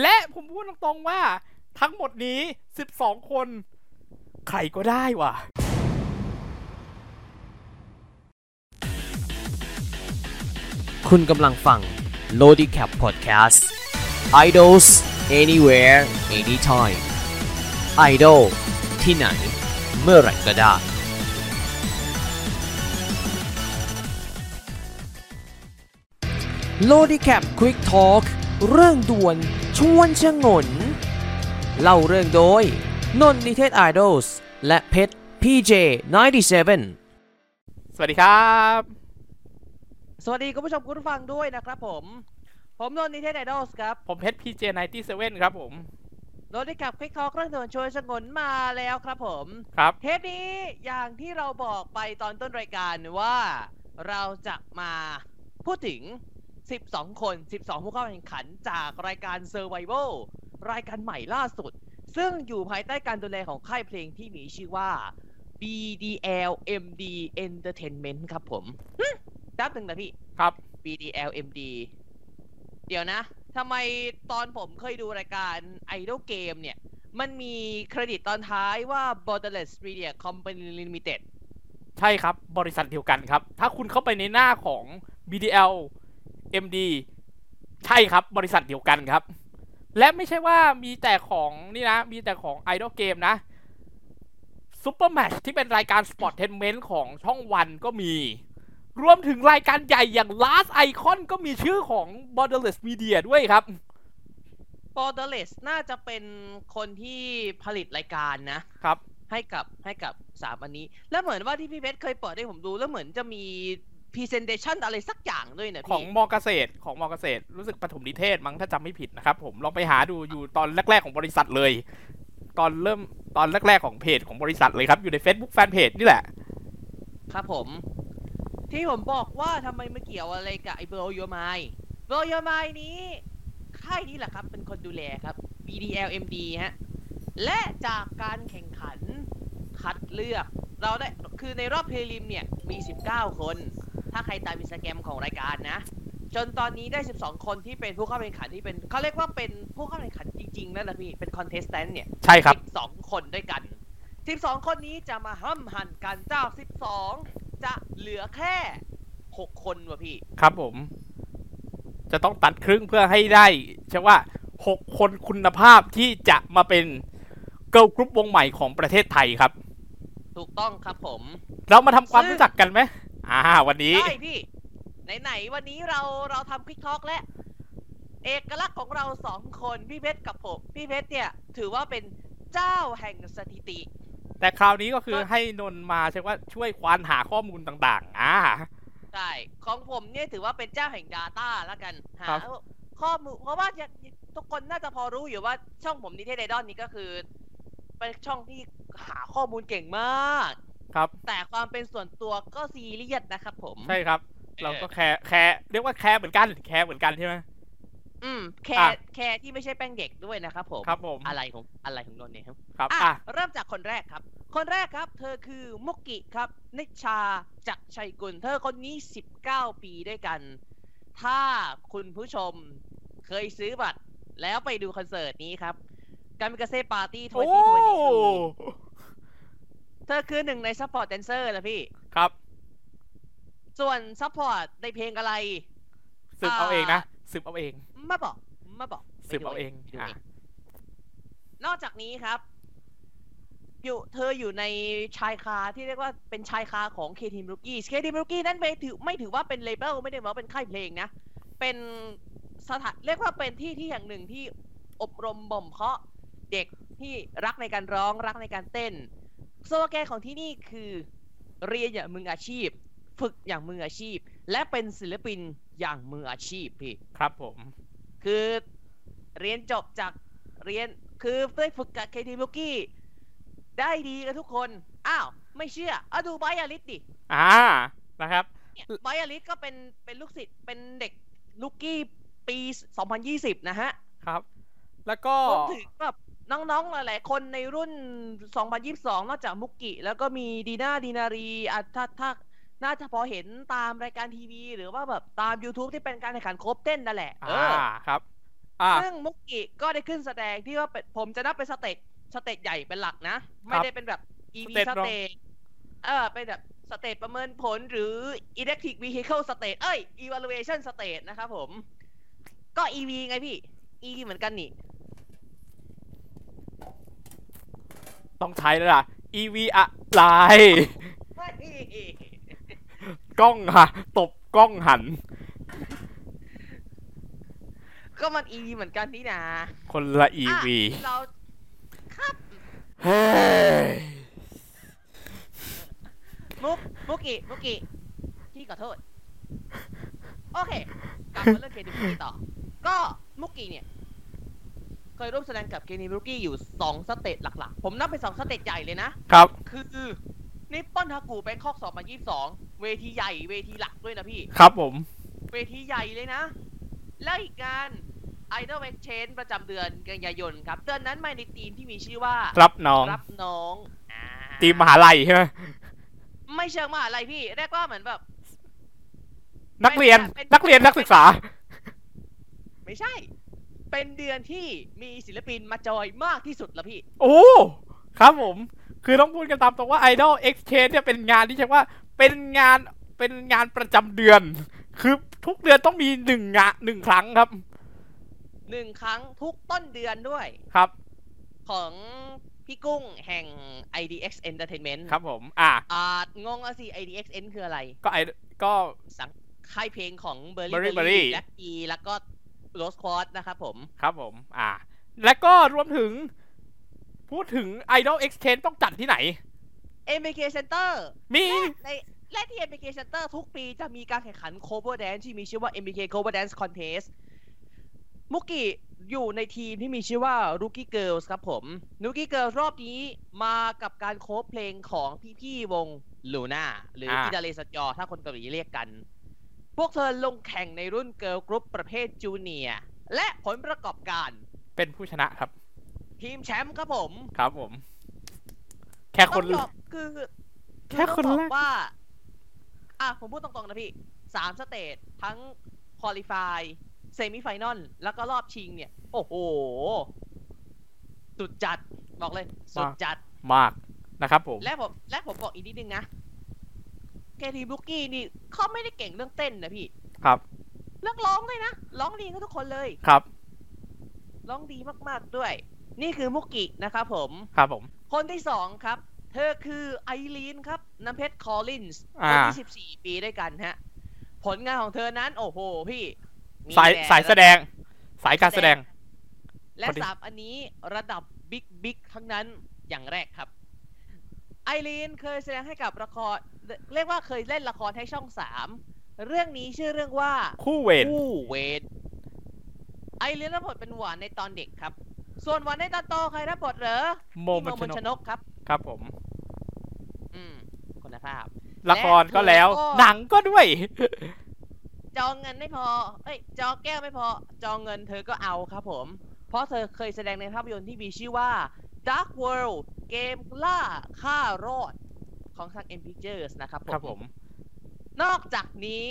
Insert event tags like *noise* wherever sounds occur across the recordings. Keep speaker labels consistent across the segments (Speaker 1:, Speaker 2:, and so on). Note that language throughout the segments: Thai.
Speaker 1: และผมพูดตรงๆว่า ทั้งหมดนี้ 12 คน ใครก็ได้ว่ะ
Speaker 2: คุณกำลังฟัง Lodi Cap Podcast Idols Anywhere Anytime Idol ที่ไหน เมื่อไหร่ก็ได้ Lodi Cap Quick Talk เรื่องด่วนชวนชงน เล่าเรื่องโดย นนนิเทศ Idols และเพชร PJ 97
Speaker 1: สวัสดีครับ
Speaker 3: สวัสดีคุณผู้ชมคุณผู้ฟังด้วยนะครับผม ผมนนท์นิเทศไอดอลส์ครับ
Speaker 1: ผมเพชรพีเจ97ครับผม
Speaker 3: รถที่ขับคลิกทอเครื่องด่วนชวนสงนมาแล้วครับผม
Speaker 1: ครับ
Speaker 3: เทปนี้อย่างที่เราบอกไปตอนต้นรายการว่าเราจะมาพูดถึง 12 คน 12 ผู้เข้าแข่งขันจากรายการ Survival รายการใหม่ล่าสุด ซึ่งอยู่ภายใต้การดูแลของค่ายเพลงที่มีชื่อว่า BDL MD Entertainment ครับผมฮึแป๊บหนึ่งนะพี่
Speaker 1: ครับ
Speaker 3: BDL MD เดี๋ยวนะ ทำไมตอนผมเคยดูรายการ Idol Game เนี่ย มันมีเครดิตตอนท้ายว่า Borderless Media Company Limited
Speaker 1: ใช่ครับ บริษัทเดียวกันครับ ถ้าคุณเข้าไปในหน้าของ BDL MD ใช่ครับ บริษัทเดียวกันครับ และไม่ใช่ว่ามีแต่ของนี่นะ มีแต่ของ Idol Game นะ Super Match ที่เป็นรายการ Sport t e n m e n t ของช่องวันก็มี รวมถึงรายการใหญ่อย่าง Last Icon ก็มีชื่อของ Borderless Media ด้วยครับ
Speaker 3: Borderless น่าจะเป็นคนที่ผลิตรายการนะ
Speaker 1: ครับ
Speaker 3: ให้กับให้กับสามอันนี้ แล้วเหมือนว่าที่พี่เพชรเคยเปิดให้ผมดูแล้วเหมือนจะมี Presentation อะไรสักอย่างด้วยนะ
Speaker 1: ของ
Speaker 3: พี่
Speaker 1: มอเกษตรของมอเกษตรรู้สึกปฐมนิเทศมั้งถ้าจำไม่ผิดนะครับผมลองไปหาดูอยู่ตอนแรก ๆ ของบริษัทเลย ตอนเริ่มตอนแรก ๆ ของเพจของบริษัทเลยครับ อยู่ใน Facebook แฟนเพจนี่แหละ
Speaker 3: ครับผม ที่ผมบอกว่าทำไมมาเกี่ยวอะไรกับไอ้เบลโยมายเบลโยมายนี้ค่ายนี้แหละครับเป็นคนดูแลครับ BDLMD ฮะ และจากการแข่งขันคัดเลือก เราได้คือในรอบเพลิมเนี่ยมี 19 คน ถ้าใครตามอินสตาแกรมของรายการนะ จนตอนนี้ได้ 12 คนที่เป็นผู้เข้าแข่งขันที่เป็นเขาเรียกว่าเป็นผู้เข้าแข่งขันจริงๆนั่นแหละพี่เป็นคอนเทสแตนต์เนี่ย
Speaker 1: ใช่ครับ
Speaker 3: 12 คนด้วยกัน 12 คนนี้จะมาห้ำหั่นกันเจ้า 12 จะเหลือแค่ 6 คนวะพี่
Speaker 1: ครับผม จะต้องตัดครึ่งเพื่อให้ได้ใช่ว่า 6 คนคุณภาพที่จะมาเป็นเกิร์ลกรุ๊ปวงใหม่ของประเทศไทยครับ
Speaker 3: ถูกต้องครับผม
Speaker 1: เรามาทำความรู้จักกันไหมอ่า วันนี้
Speaker 3: ได้พี่ ไหน ๆ วันนี้เราเราทำคลิกท็อกและ เอกลักษณ์ของเราสองคน พี่เพชรกับผม พี่เพชรเนี่ย ถือว่าเป็นเจ้าแห่งสถิติ
Speaker 1: แต่คราวนี้ก็คือให้นนท์มาใช่ว่าช่วยควานหาข้อมูลต่าง ๆ อ่า
Speaker 3: ใช่ ของผมเนี่ยถือว่าเป็นเจ้าแห่ง Data แล้วกัน หา
Speaker 1: ครับ
Speaker 3: ข้อมูล เพราะว่าอย่างทุกคนน่าจะพอรู้อยู่ว่าช่องผมนิเทศไอดอนนี้ก็คือ เป็นช่องที่หาข้อมูลเก่งมาก
Speaker 1: ครับ
Speaker 3: แต่ความเป็นส่วนตัวก็ซีเรียสนะครับผม
Speaker 1: ใช่ครับ
Speaker 3: เอ่อ
Speaker 1: เราก็แคร์แคร์เรียกว่าแคร์เหมือนกันแคร์เหมือนกันใช่ไหม
Speaker 3: อืม แค
Speaker 1: อ่ะ
Speaker 3: ร์แคร์ที่ไม่ใช่แป้งเด็กด้วยนะครับผม
Speaker 1: ครับผม
Speaker 3: อะไรของอะไรของนนท์เนี่ยครับ
Speaker 1: ครับ
Speaker 3: อ่ะ
Speaker 1: อ่ะ
Speaker 3: เริ่มจากคนแรกครับ คนแรกครับ เธอคือมุกกิครับ นิชาจากรชัยกุล เธอคนนี้ 19 ปีด้วยกัน ถ้าคุณผู้ชมเคยซื้อบัตร แล้วไปดูคอนเสิร์ตนี้ครับกามิกาเซ่ปาร์ตี้ท
Speaker 1: โอ้
Speaker 3: วนตี้ทวนตี้เธอคือหนึ่งในซัพพอร์ตแดนเซอร์นะพี่
Speaker 1: ครับ
Speaker 3: ส่วนซัพพอร์ตในเพลงอะไร
Speaker 1: สืบเอาเองนะสืบเอาเอง
Speaker 3: มาบอกมาบอก
Speaker 1: สืบเอาเอง
Speaker 3: ไปดู
Speaker 1: อ่ะ
Speaker 3: เอง นอกจากนี้ครับ อยู่เธออยู่ในชายคาที่เรียกว่าเป็นชายคาของเคทีมรุกี้เคทีมรุกี้นั้นไม่ถือไม่ถือว่าเป็นเลเบลไม่ได้ว่าเป็นค่ายเพลงนะ เป็นสถานเรียกว่าเป็นที่ที่แห่งหนึ่งที่อบรมบ่มเพาะเด็กที่รักในการร้องรักในการเต้นสโลแกนของที่นี่คือเรียนอย่างมืออาชีพ ฝึกอย่างมืออาชีพ และเป็นศิลปินอย่างมืออาชีพพี่
Speaker 1: ครับผม
Speaker 3: คือเรียนจบจากเรียนคือได้ฝึกกับเคทีบุกี้ได้ดีกันทุกคน อ้าว ไม่เชื่อเอาดูไบอาลิสดิ
Speaker 1: อ่านะครับ
Speaker 3: ไบอาลิสก็เป็นเป็นลูกศิษย์เป็นเด็กลูกกี้ปี 2020 นะฮะ
Speaker 1: ครับ แล้วก็
Speaker 3: รวมถึงแบบน้องๆ หลายๆ คนในรุ่น 2022 นอกจากมุกกิ แล้วก็มีดีน่าดีนารีอ่ะถ้าถ้าน่าจะพอเห็นตามรายการทีวี หรือว่าแบบตาม YouTube ที่เป็นการแข่งขันโคบเต้นนั่นแหละเอ
Speaker 1: อ่า
Speaker 3: อ
Speaker 1: ครับ อ่า
Speaker 3: ซึ่งมุกกิก็ได้ขึ้นแสดงที่ว่าเป็นผมจะนับเป็นสเตจสเตจใหญ่เป็นหลักนะ ไม่ได้เป็นแบบ
Speaker 1: ส
Speaker 3: EV
Speaker 1: เตจ
Speaker 3: ส
Speaker 1: รอง
Speaker 3: เตจเออเป็นแบบสเตจประเมินผลหรือ electric vehicle stage เอ้ย evaluation stage นะครับผม ก็ EV ไงพี่ EV เหมือนกันนี่
Speaker 1: ต้องใช้แล้วล่ะ EV อะไรกล้องค่ะ ตบกล้องหัน
Speaker 3: ก็มัน EV เหมือนกันนี่นะ
Speaker 1: คนละ EV
Speaker 3: อ่ะเราครับ
Speaker 1: เฮ้ย
Speaker 3: มุกมุกกิมุกกิพี่ขอโทษ โอเคกลับมาเรื่องเคนิบุกิต่อ ก็มุกกิเนี่ย เคยร่วมแสดงกับเคนิบุกิอยู่สองสเตจหลักๆ ผมนับเป็นสองสเตจใหญ่เลยนะ
Speaker 1: ครับ
Speaker 3: คือนิปปอนฮากูแบงคอก2022 เวทีใหญ่เวทีหลักด้วยนะพี่
Speaker 1: ครับผม
Speaker 3: เวทีใหญ่เลยนะ และอีกงาน Idol Exchange ประจำเดือนกันยายนครับ เดือนนั้นมาในทีมที่มีชื่อว่า
Speaker 1: รับน้อง
Speaker 3: รับน้องอ่า
Speaker 1: ตีมมหาลัยใช่ไหม
Speaker 3: ไม่เชิงมหาลัยพี่เรียกว่าเหมือนแบบ
Speaker 1: นักเรียน
Speaker 3: เป็น
Speaker 1: นักเรียนนักศึกษา
Speaker 3: ไม่ใช่ เป็นเดือนที่มีศิลปินมาจอยมากที่สุดละพี่
Speaker 1: โอ้ ครับผม คือต้องพูดกันตามตรงว่า Idol Exchange เนี่ยเป็นงานที่ใช่ว่า เป็นงาน เป็นงานประจำเดือน คือทุกเดือนต้องมีหนึ่งงานหนึ่งครั้งครับ
Speaker 3: หนึ่งครั้งทุกต้นเดือนด้วย
Speaker 1: ครับ
Speaker 3: ของพี่กุ้งแห่ง IDX Entertainment
Speaker 1: ครับผม อ่ะ
Speaker 3: อ่างงอะสิ IDXN คืออะไร
Speaker 1: ก็ไอก็
Speaker 3: สังค่ายเพลงของเบอร์
Speaker 1: Berry
Speaker 3: รี่เบอร์
Speaker 1: Berry
Speaker 3: รี่แบล็กอีแล้วก็โรสควอตนะครับผม
Speaker 1: ครับผม อ่า และก็รวมถึง พูดถึง Idol Exchange ต้องจัดที่ไหน
Speaker 3: MBK Center
Speaker 1: มี
Speaker 3: ในและที่ MBK Center ทุกปีจะมีการแข่งขัน cover dance ที่มีชื่อว่า MBK cover dance contest มุกกี้อยู่ในทีมที่มีชื่อว่า Rookie Girls ครับผม Rookie Girls รอบนี้มากับการโคฟเพลงของพี่ๆวงลูน่าหรืออิ
Speaker 1: อ่า
Speaker 3: ดาเลสยอ ถ้าคนเกาหลีเรียกกัน พวกเธอลงแข่งในรุ่นเกิร์ลกรุ๊ปประเภทจูเนียร์และผลประกอบการ
Speaker 1: เป็นผู้ชนะครับ
Speaker 3: ทีมแชมป์ครับผม
Speaker 1: ครับผม แค่ค
Speaker 3: ต้อน งยอมคือ
Speaker 1: แค่คน
Speaker 3: ต้อง
Speaker 1: แร
Speaker 3: บ
Speaker 1: ก
Speaker 3: อกว่า อ่ะ ผมพูดตรงๆนะพี่สามสเตจทั้งค u a l ิฟายเซมิไฟนอลแล้วก็รอบชิงเนี่ย โอ้โห สุดจัด บอกเลย สุดจัด
Speaker 1: มากนะครับผม
Speaker 3: และผมและผมบอกอีกนิดนึงนะแกทีบุกกี้นี่เขาไม่ได้เก่งเรื่องเต้นนะพี่
Speaker 1: ครับ
Speaker 3: เรื่องร้องเลยนะ ร้องดีก็ทุกคนเลย
Speaker 1: ครับ
Speaker 3: ร้องดีมากๆด้วย นี่คือมุกกินะครับผม
Speaker 1: ครับผม
Speaker 3: คนที่สองครับ เธอคือไอรีนครับ น้ำเพชรคอลลินส์
Speaker 1: อ่า
Speaker 3: อายุ14 ปีด้วยกันฮะ ผลงานของเธอนั้น โอ้โห พี่มี
Speaker 1: สาย
Speaker 3: แต่
Speaker 1: สายแสดง สายการ
Speaker 3: แส
Speaker 1: แส
Speaker 3: ด
Speaker 1: ด
Speaker 3: ง
Speaker 1: ง
Speaker 3: และ
Speaker 1: พอดี
Speaker 3: สามอันนี้ระดับบิ๊กบิ๊กทั้งนั้นอย่างแรกครับ ไอรีนเคยแสดงให้กับละคร เรียกว่าเคยเล่นละครให้ช่องสามเรื่องนี้ชื่อเรื่องว่า
Speaker 1: คู่เวท
Speaker 3: ผู้เวทไอรีนรับบทเป็นหวานในตอนเด็กครับ ส่วนหวานในตอนโตใครรับบทเหรอ
Speaker 1: โม
Speaker 3: พี่
Speaker 1: มนชน
Speaker 3: ช
Speaker 1: ก
Speaker 3: นกครับ
Speaker 1: ครับผม
Speaker 3: อืมคุณภาพ
Speaker 1: ละครก็แล้ว
Speaker 3: และก็
Speaker 1: หนังก็ด้วย
Speaker 3: จองเงินไม่พอ เอ้ย จองแก้วไม่พอ จองเงินเธอก็เอาครับผม เพราะเธอเคยแสดงในภาพยนตร์ที่มีชื่อว่า Dark World เกมล่าฆ่ารอดของทาง M Pictures นะครับผม
Speaker 1: ครับผม
Speaker 3: นอกจากนี้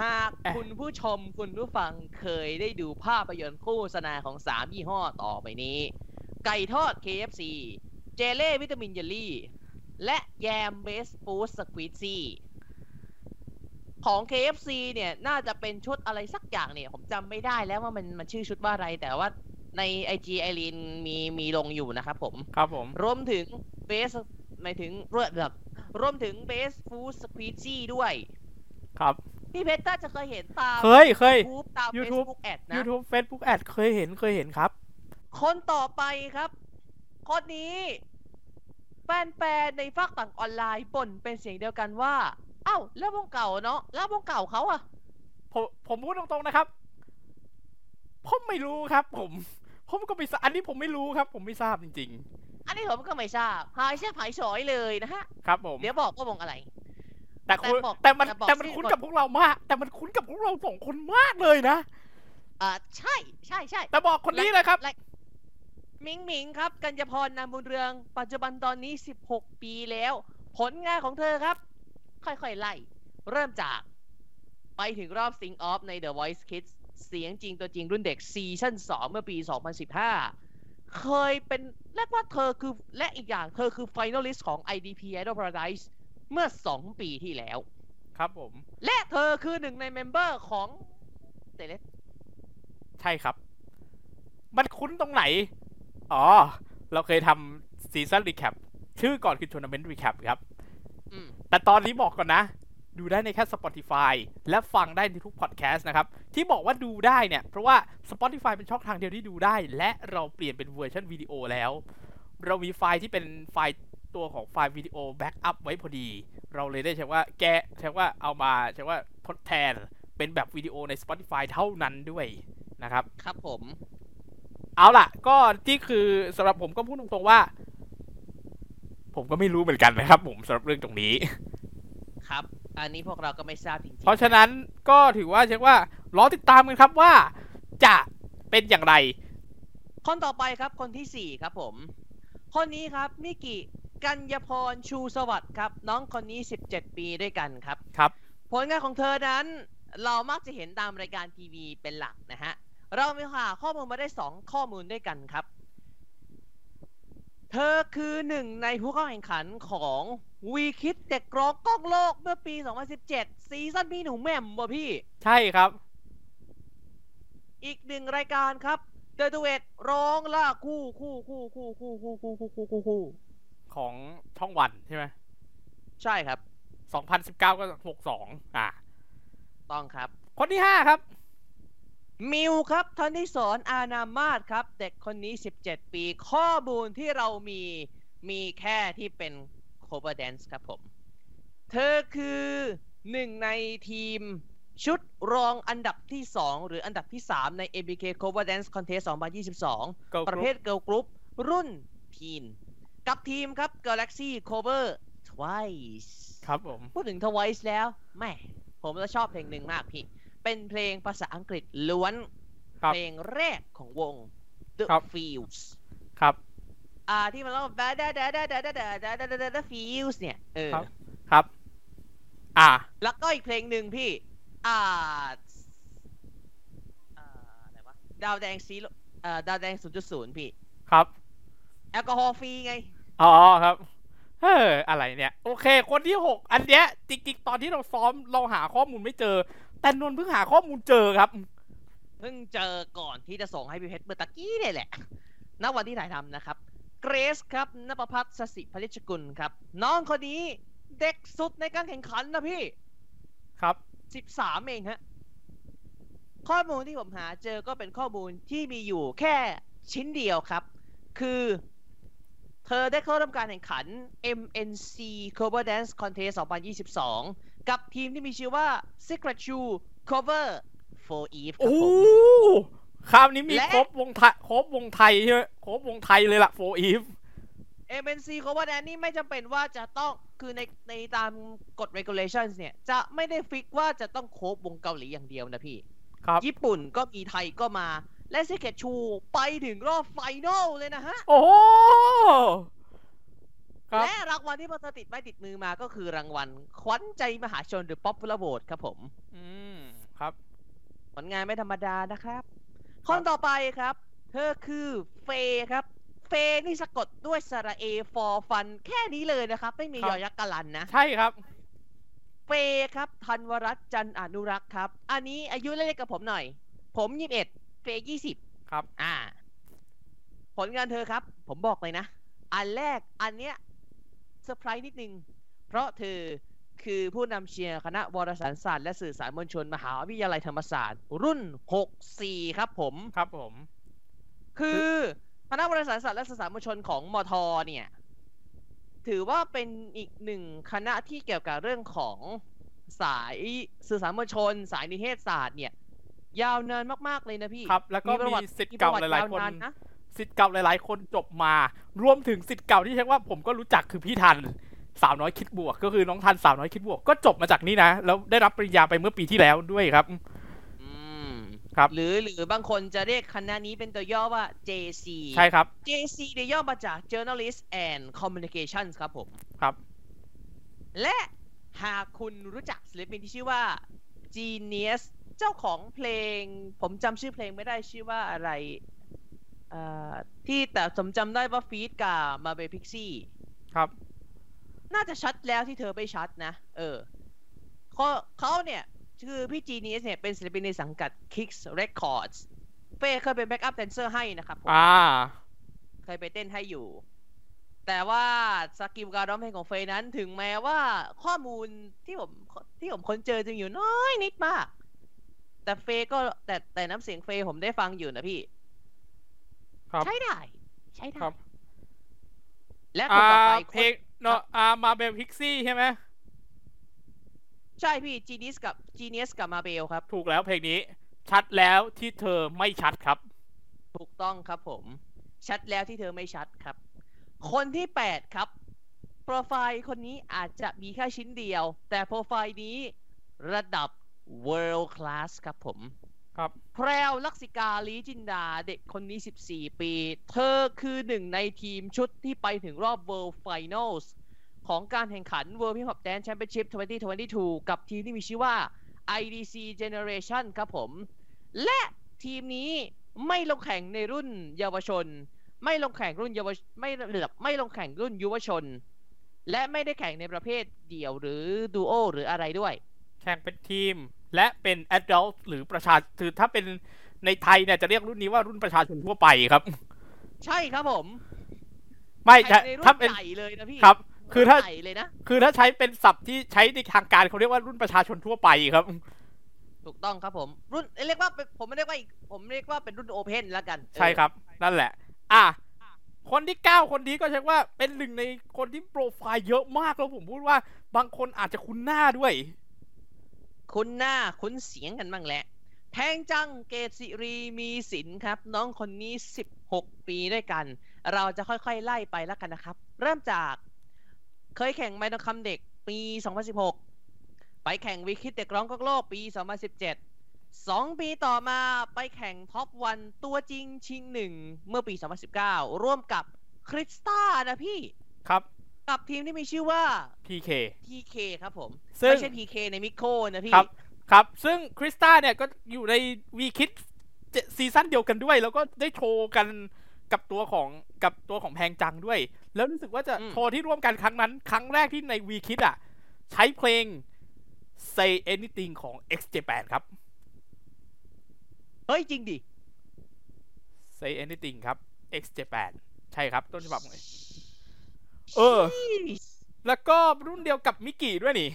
Speaker 3: หากคุณผู้ชมคุณผู้ฟังเคยได้ดูภาพยนตร์โฆษณาของ 3 ยี่ห้อต่อไปนี้ ไก่ทอด KFC เจเล่วิตามินเยลลี่ และแยมเบสฟูดสควีซี่ของ KFC เนี่ย น่าจะเป็นชุดอะไรสักอย่างเนี่ย ผมจำไม่ได้แล้วว่ามันมันชื่อชุดว่าอะไร แต่ว่าใน IG ไอรีนมีมีลงอยู่นะครับผม
Speaker 1: ครับผม
Speaker 3: รวมถึงเบสหมายถึงเรื่องแบบรวมถึงเบสฟูดสควีซี่ด้วย
Speaker 1: ครับ
Speaker 3: พี่เพชรน่าจะเคยเห็นตาม
Speaker 1: เคย เคย
Speaker 3: YouTube ตาม
Speaker 1: YouTube
Speaker 3: Facebook แอดนะ
Speaker 1: YouTube Facebook Ad เคยเห็น เคยเห็นครับ
Speaker 3: คนต่อไปครับ คนนี้ แฟนๆในฝากต่างออนไลน์บ่นเป็นเสียงเดียวกันว่า เอ้า แล้ววงเก่าเนาะแล้ววงเก่าเขาอะ
Speaker 1: ผมผมพูดตรงๆนะครับผมไม่รู้ครับ ผมผมก็ไม่ทราบอันนี้ผมไม่รู้ครับ ผมไม่ทราบจริง
Speaker 3: อันนี้ผมก็ไม่ทราบหายเชื่อหายฉอยเลยนะฮะ
Speaker 1: ๆ ครับ ผม
Speaker 3: เดี๋ยวบอกว่าวงอะไร
Speaker 1: แต่คุณ
Speaker 3: แต่บอก
Speaker 1: แต่มัน
Speaker 3: แต่บอก
Speaker 1: แต่มัน
Speaker 3: ชื่อ
Speaker 1: คุ้น
Speaker 3: ก่อน
Speaker 1: กับพวกเรามาก แต่มันคุ้นกับพวกเราสองคนมากเลยนะ
Speaker 3: อ่าใช่ใช่ใช่
Speaker 1: แต่บอกคนนี้เลยครับ
Speaker 3: และมิงมิงครับ กัญญาพรนามบุญเรือง ปัจจุบันตอนนี้ 16 ปีแล้ว ผลงานของเธอครับ ค่อยๆ ไล่ เริ่มจาก ไปถึงรอบ Sing Off ใน The Voice Kids เสียงจริงตัวจริงรุ่นเด็กซีซั่น2เมื่อปี 2015 เคยเป็นเรียกว่าเธอคือและอีกอย่างเธอคือไฟนอลิสต์ของ IDP Idol Paradise เมื่อ 2 ปีที่แล้ว
Speaker 1: ครับผม
Speaker 3: และเธอคือหนึ่งในเมมเบอร์ของเตเลส
Speaker 1: ใช่ครับ มันคุ้นตรงไหน อ๋อ เราเคยทำซีซั่นรีแคปชื่อก่อนคือทัวร์นาเมนต์รีแคปครับ
Speaker 3: อืม
Speaker 1: แต่ตอนนี้บอกก่อนนะ ดูได้ในแค่ Spotify และฟังได้ในทุกพอดแคสต์นะครับ ที่บอกว่าดูได้เนี่ย เพราะว่า Spotify เป็นช่องทางเดียวที่ดูได้ และเราเปลี่ยนเป็นเวอร์ชันวิดีโอแล้ว เรามีไฟล์ที่เป็นไฟล์ตัวของไฟล์วิดีโอแบ็กอัพไว้พอดี เราเลยได้ใช้ว่าแกะใช้ว่าเอามาใช้ว่าทดแทนเป็นแบบวิดีโอใน Spotify เท่านั้นด้วยนะครับ
Speaker 3: ครับผม
Speaker 1: เอาล่ะ ก็ที่คือสำหรับผมก็พูดตรงๆว่า ผมก็ไม่รู้เหมือนกันนะครับ ผมสำหรับเรื่องตรงนี้
Speaker 3: ครับ อันนี้พวกเราก็ไม่ทราบจริงๆ
Speaker 1: เพราะฉะนั้นก็ถือว่าเช็คว่ารอติดตามกันครับว่าจะเป็นอย่างไร
Speaker 3: คนต่อไปครับ คนที่สี่ครับผม คนนี้ครับ มิกิกัญญพรชูสวัสดิ์ครับ น้องคนนี้ 17 ปีด้วยกันครับ
Speaker 1: ครับ
Speaker 3: ผลงานของเธอนั้น เรามักจะเห็นตามรายการทีวีเป็นหลักนะฮะ เรามีหาข้อมูลมาได้ 2 ข้อมูลด้วยกันครับ เธอคือหนึ่งในผู้เข้าแข่งขันของวีคิดเด็กร้องกล้องโลกเมื่อปี 2017 ซีซั่นพี่หนูแหม่มบ่พี่
Speaker 1: ใช่ครับ
Speaker 3: อีกหนึ่งรายการครับเดอะ u ูเอร้องล่าคู่คู่คู่คู่คู่คู่คู่คู่คู่คู่คู่
Speaker 1: ของช่องวันใช่ไหม
Speaker 3: ใช่ครับ
Speaker 1: 2019 ก็ 62 อ่า
Speaker 3: ต้องครับ
Speaker 1: คนที่ 5 ครับ
Speaker 3: มิวครับท่านที่สอนอานามาศครับ เด็กคนนี้ 17 ปีข้อมูลที่เรามีมีแค่ที่เป็นโคเ e อร์แดนซ์ครับผม เธอคือหนึ่งในทีมชุดรองอันดับที่ 2 หรืออันดับที่ 3 ใน MBK Cover Dance Contest 2022
Speaker 1: Girl Group
Speaker 3: ประเภทเกิ l g ลกรุ๊ปรุ่นทีน กับทีมครับ Galaxy Cover Twice
Speaker 1: ครับผม
Speaker 3: พูดถึง Twice แล้วแหม่ผมจะชอบเพลงหนึ่งมากพี่ เป็นเพลงภาษาอังกฤษล้วน
Speaker 1: ครับ
Speaker 3: เพลงแรกของวง The
Speaker 1: ครับ
Speaker 3: Fields
Speaker 1: ครับ
Speaker 3: อ่าที่มันร้องแบบ da da da da da da da da da da da da Fields เนี่ยเออ
Speaker 1: ครับ ครับ อ่า
Speaker 3: แล้วก็อีกเพลงหนึ่งพี่ อ่าอ่าอะไรวะดาวแดงซีเอ่อดาวแดง 0.0 พี่
Speaker 1: ครับ
Speaker 3: แอลกอฮอล์ฟรีไง
Speaker 1: อ๋อครับ เฮ้ออะไรเนี่ย โอเค คนที่ 6 อันเนี้ยจริงๆ ตอนที่เราซ้อมเราหาข้อมูลไม่เจอ แต่นนท์เพิ่งหาข้อมูลเจอครับ
Speaker 3: เพิ่งเจอก่อนที่จะส่งให้พี่เพชรเมื่อตะกี้เนี่ยแหละ *laughs* ณ วันที่ถ่ายทำนะครับ เกรซครับนภพัฒน์สสิพลิชกุลครับ น้องคนนี้เด็กสุดในการแข่งขันนะพี่
Speaker 1: ครับ
Speaker 3: สิบสามเองฮะ ข้อมูลที่ผมหาเจอก็เป็นข้อมูลที่มีอยู่แค่ชิ้นเดียวครับ คือเธอได้เข้าร่วมการแข่งขัน MNC Cover Dance Contest 2022 กับทีมที่มีชื่อว่า Secret Shoe Cover for Eve ครับ
Speaker 1: โอ้
Speaker 3: ผม
Speaker 1: คราวนี้มี
Speaker 3: และ
Speaker 1: ครบวงไทยครบวงไทยใช่ไหมครบวงไทยเลยล่ะโฟอีฟ
Speaker 3: MNC Cover Dance นี่ไม่จำเป็นว่าจะต้องคือในในตามกฎ regulations เนี่ย จะไม่ได้ฟิกว่าจะต้องโคบวงเกาหลีอย่างเดียวนะพี่
Speaker 1: ครับ
Speaker 3: ญี่ปุ่นก็มีไทยก็มา และซิกเก็ตชูไปถึงรอบไฟนอลเลยนะฮะ
Speaker 1: โอ้โหครับ
Speaker 3: และรางวัลที่พวกเธอติดไม้ติดมือมาก็คือรางวัลขวัญใจมหาชนหรือป๊อปปูล่าโหวตครับผม
Speaker 1: อืม ครับ
Speaker 3: ผลงานไม่ธรรมดานะครับ คนต่อไปครับ เธอคือเฟย์ครับ เฟย์นี่สะกดด้วยสระเอฟอฟัน แค่นี้เลยนะครับ ไม่มี
Speaker 1: ครับ
Speaker 3: ยอยักษ์กะลันนะ
Speaker 1: ใช่ครับ
Speaker 3: เฟย์ครับธันวรัตน์จันทร์อนุรักษ์ครับ อันนี้อายุเล่นกับผมหน่อย ผมยี่สิบเอ็ดเฟย์ยี่สิบ
Speaker 1: ครับ
Speaker 3: อ่า ผลงานเธอครับ ผมบอกเลยนะ อันแรกอันเนี้ยเซอร์ไพรส์นิดนึง เพราะเธอคือผู้นำเชียร์คณะวารสารศาสตร์และสื่อสารมวลชนมหาวิทยาลัยธรรมศาสตร์ รุ่น 64 ครับผม
Speaker 1: ครับผม
Speaker 3: คือคณะวารสารศาสตร์และสื่อสารมวลชนของมทเนี่ย ถือว่าเป็นอีกหนึ่งคณะที่เกี่ยวกับเรื่องของสายสื่อสารมวลชน สายนิเทศศาสตร์เนี่ย ยาวนานมากๆเลยนะพี่
Speaker 1: ครับ แล้วก็
Speaker 3: ประ
Speaker 1: มี
Speaker 3: วัติ
Speaker 1: สิทธิ์
Speaker 3: ป
Speaker 1: เก่า
Speaker 3: ระวั
Speaker 1: ห
Speaker 3: ติ
Speaker 1: ลายๆ คน
Speaker 3: วนนะ
Speaker 1: สิทธิ์เก่าหลาย ๆ คนจบมา รวมถึงสิทธิ์เก่าที่เช็คว่าผมก็รู้จักคือพี่ทัน สาวน้อยคิดบวก ก็คือน้องทันสาวน้อยคิดบวก ก็จบมาจากนี่นะ แล้วได้รับปริญญาไปเมื่อปีที่แล้วด้วยครับ
Speaker 3: อืม
Speaker 1: ครับ
Speaker 3: หรือหรือบางคนจะเรียกคณะนี้เป็นตัวย่อว่า JC
Speaker 1: ใช่ครับ
Speaker 3: JC เนี่ยย่อมาจาก Journalist and Communications ครับผม
Speaker 1: ครับ
Speaker 3: และหากคุณรู้จักศิลปินที่ชื่อว่า Genius เจ้าของเพลง ผมจำชื่อเพลงไม่ได้ชื่อว่าอะไรเอ่อที่แต่ผมจำได้ว่าฟีดกับมาเบพิกซี่
Speaker 1: ครับ
Speaker 3: น่าจะชัดแล้วที่เธอไม่ชัดนะ เออเขาเขาเนี่ย คือพี่จีนีสเนี่ย เป็นศิลปินในสังกัด Kicks Records เป้เคยเป็นแบ็กอัพแดนเซอร์ให้นะครับผม
Speaker 1: อ่า
Speaker 3: เคยไปเต้นให้อยู่ แต่ว่าสกิลการร้องเพลงของเฟยนั้นถึงแม้ว่าข้อมูลที่ผมที่ผมค้นเจอจึงอยู่น้อยนิดมาก แต่เฟยก็แต่แต่น้ำเสียงเฟยผมได้ฟังอยู่นะพี่
Speaker 1: ครับ
Speaker 3: ใช้ได้ ใช้ได้
Speaker 1: ครับ
Speaker 3: และคน
Speaker 1: อ่า
Speaker 3: ต่อไปค
Speaker 1: เพล
Speaker 3: น
Speaker 1: งเนาะอ่ามาเบลพิกซี่ใช่ไหม
Speaker 3: ใช่พี่จีนีสกับจีเนียสกับมาเบลครับ
Speaker 1: ถูกแล้วเพลงนี้ ชัดแล้วที่เธอไม่ชัดครับ
Speaker 3: ถูกต้องครับผม ชัดแล้วที่เธอไม่ชัดครับ คนที่ 8 ครับ โปรไฟล์คนนี้อาจจะมีแค่ชิ้นเดียว แต่โปรไฟล์นี้ระดับ world class ครับผม
Speaker 1: ครับ
Speaker 3: แพรวลักษิกาลีจินดาเด็กคนนี้ 14 ปี เธอคือหนึ่งในทีมชุดที่ไปถึงรอบ World Finals ของการแข่งขัน World Hip Hop Dance Championship 2022 กับทีมที่มีชื่อว่า IDC Generation ครับผม และทีมนี้ไม่ลงแข่งในรุ่นเยาวชน ไม่ลงแข่งรุ่นเยาวชไม่ไม่ลงแข่งรุ่นยุวชน และไม่ได้แข่งในประเภทเดี่ยวหรือดูโอหรืออะไรด้วย
Speaker 1: แข่งเป็นทีมและเป็น adult หรือประชาคือถ้าเป็นในไทยเนี่ยจะเรียกรุ่นนี้ว่ารุ่นประชาชนทั่วไปครับ
Speaker 3: ใช่ครับผม
Speaker 1: ไม่
Speaker 3: แข่
Speaker 1: ถ้าง
Speaker 3: ในรุ่น
Speaker 1: ถ้าเป็น
Speaker 3: ใหญ่เลยนะพี่
Speaker 1: ครับ คือถ้า
Speaker 3: ใหญ่เลยนะ
Speaker 1: คือถ้าใช้เป็นศัพท์ที่ใช้ในทางการเขาเรียกว่ารุ่นประชาชนทั่วไปครับ
Speaker 3: ถูกต้องครับผม รุ่นเรียกว่าเป็นผมไม่เรียกว่าอีกผมเรียกว่าเป็นรุ่นโอเพนละกัน
Speaker 1: ใช่ครับ นั่นแหละ อ่ะ คนที่เก้าคนนี้ก็เช็คว่าเป็นหนึ่งในคนที่โปรไฟล์เยอะมากแล้วผมพูดว่าบางคนอาจจะคุ้นหน้าด้วย
Speaker 3: คุณหน้าคุณเสียงกันบ้างแหละ แทงจังเกตสิรีมีสินครับ น้องคนนี้ 16 ปีด้วยกัน เราจะค่อยๆไล่ไปแล้วกันนะครับ เริ่มจากเคยแข่งไมโนคัมเด็กปี 2016 ไปแข่งวิคิดเด็กร้องกอกโลกปี 2017สองปีต่อมาไปแข่งท็อปวันตัวจริงชิงหนึ่งเมื่อปี 2019 ร่วมกับคริสตานะพี่
Speaker 1: ครับ
Speaker 3: กับทีมที่มีชื่อว่า
Speaker 1: PK
Speaker 3: PK ครับผม
Speaker 1: ซึ่ง
Speaker 3: ไม่ใช่ PK ในมิโคนะพี่
Speaker 1: ครับ ครับ ซึ่งคริสตาเนี่ยก็อยู่ในวีคิดซีซั่นเดียวกันด้วย แล้วก็ได้โชว์กันกับตัวของกับตัวของแพงจังด้วย แล้วรู้สึกว่าจะ
Speaker 3: อืม
Speaker 1: โชว์ที่ร่วมกันครั้งนั้น ครั้งแรกที่ในวีคิดอ่ะ ใช้เพลง Say Anything ของ X Japan ครับ
Speaker 3: เฮ้ย จริงดิ
Speaker 1: Say Anything ครับ X Japan ใช่ครับ ต้นฉบับของ เออ
Speaker 3: Jeez
Speaker 1: แล้วก็รุ่นเดียวกับมิกกี้ด้วยนี่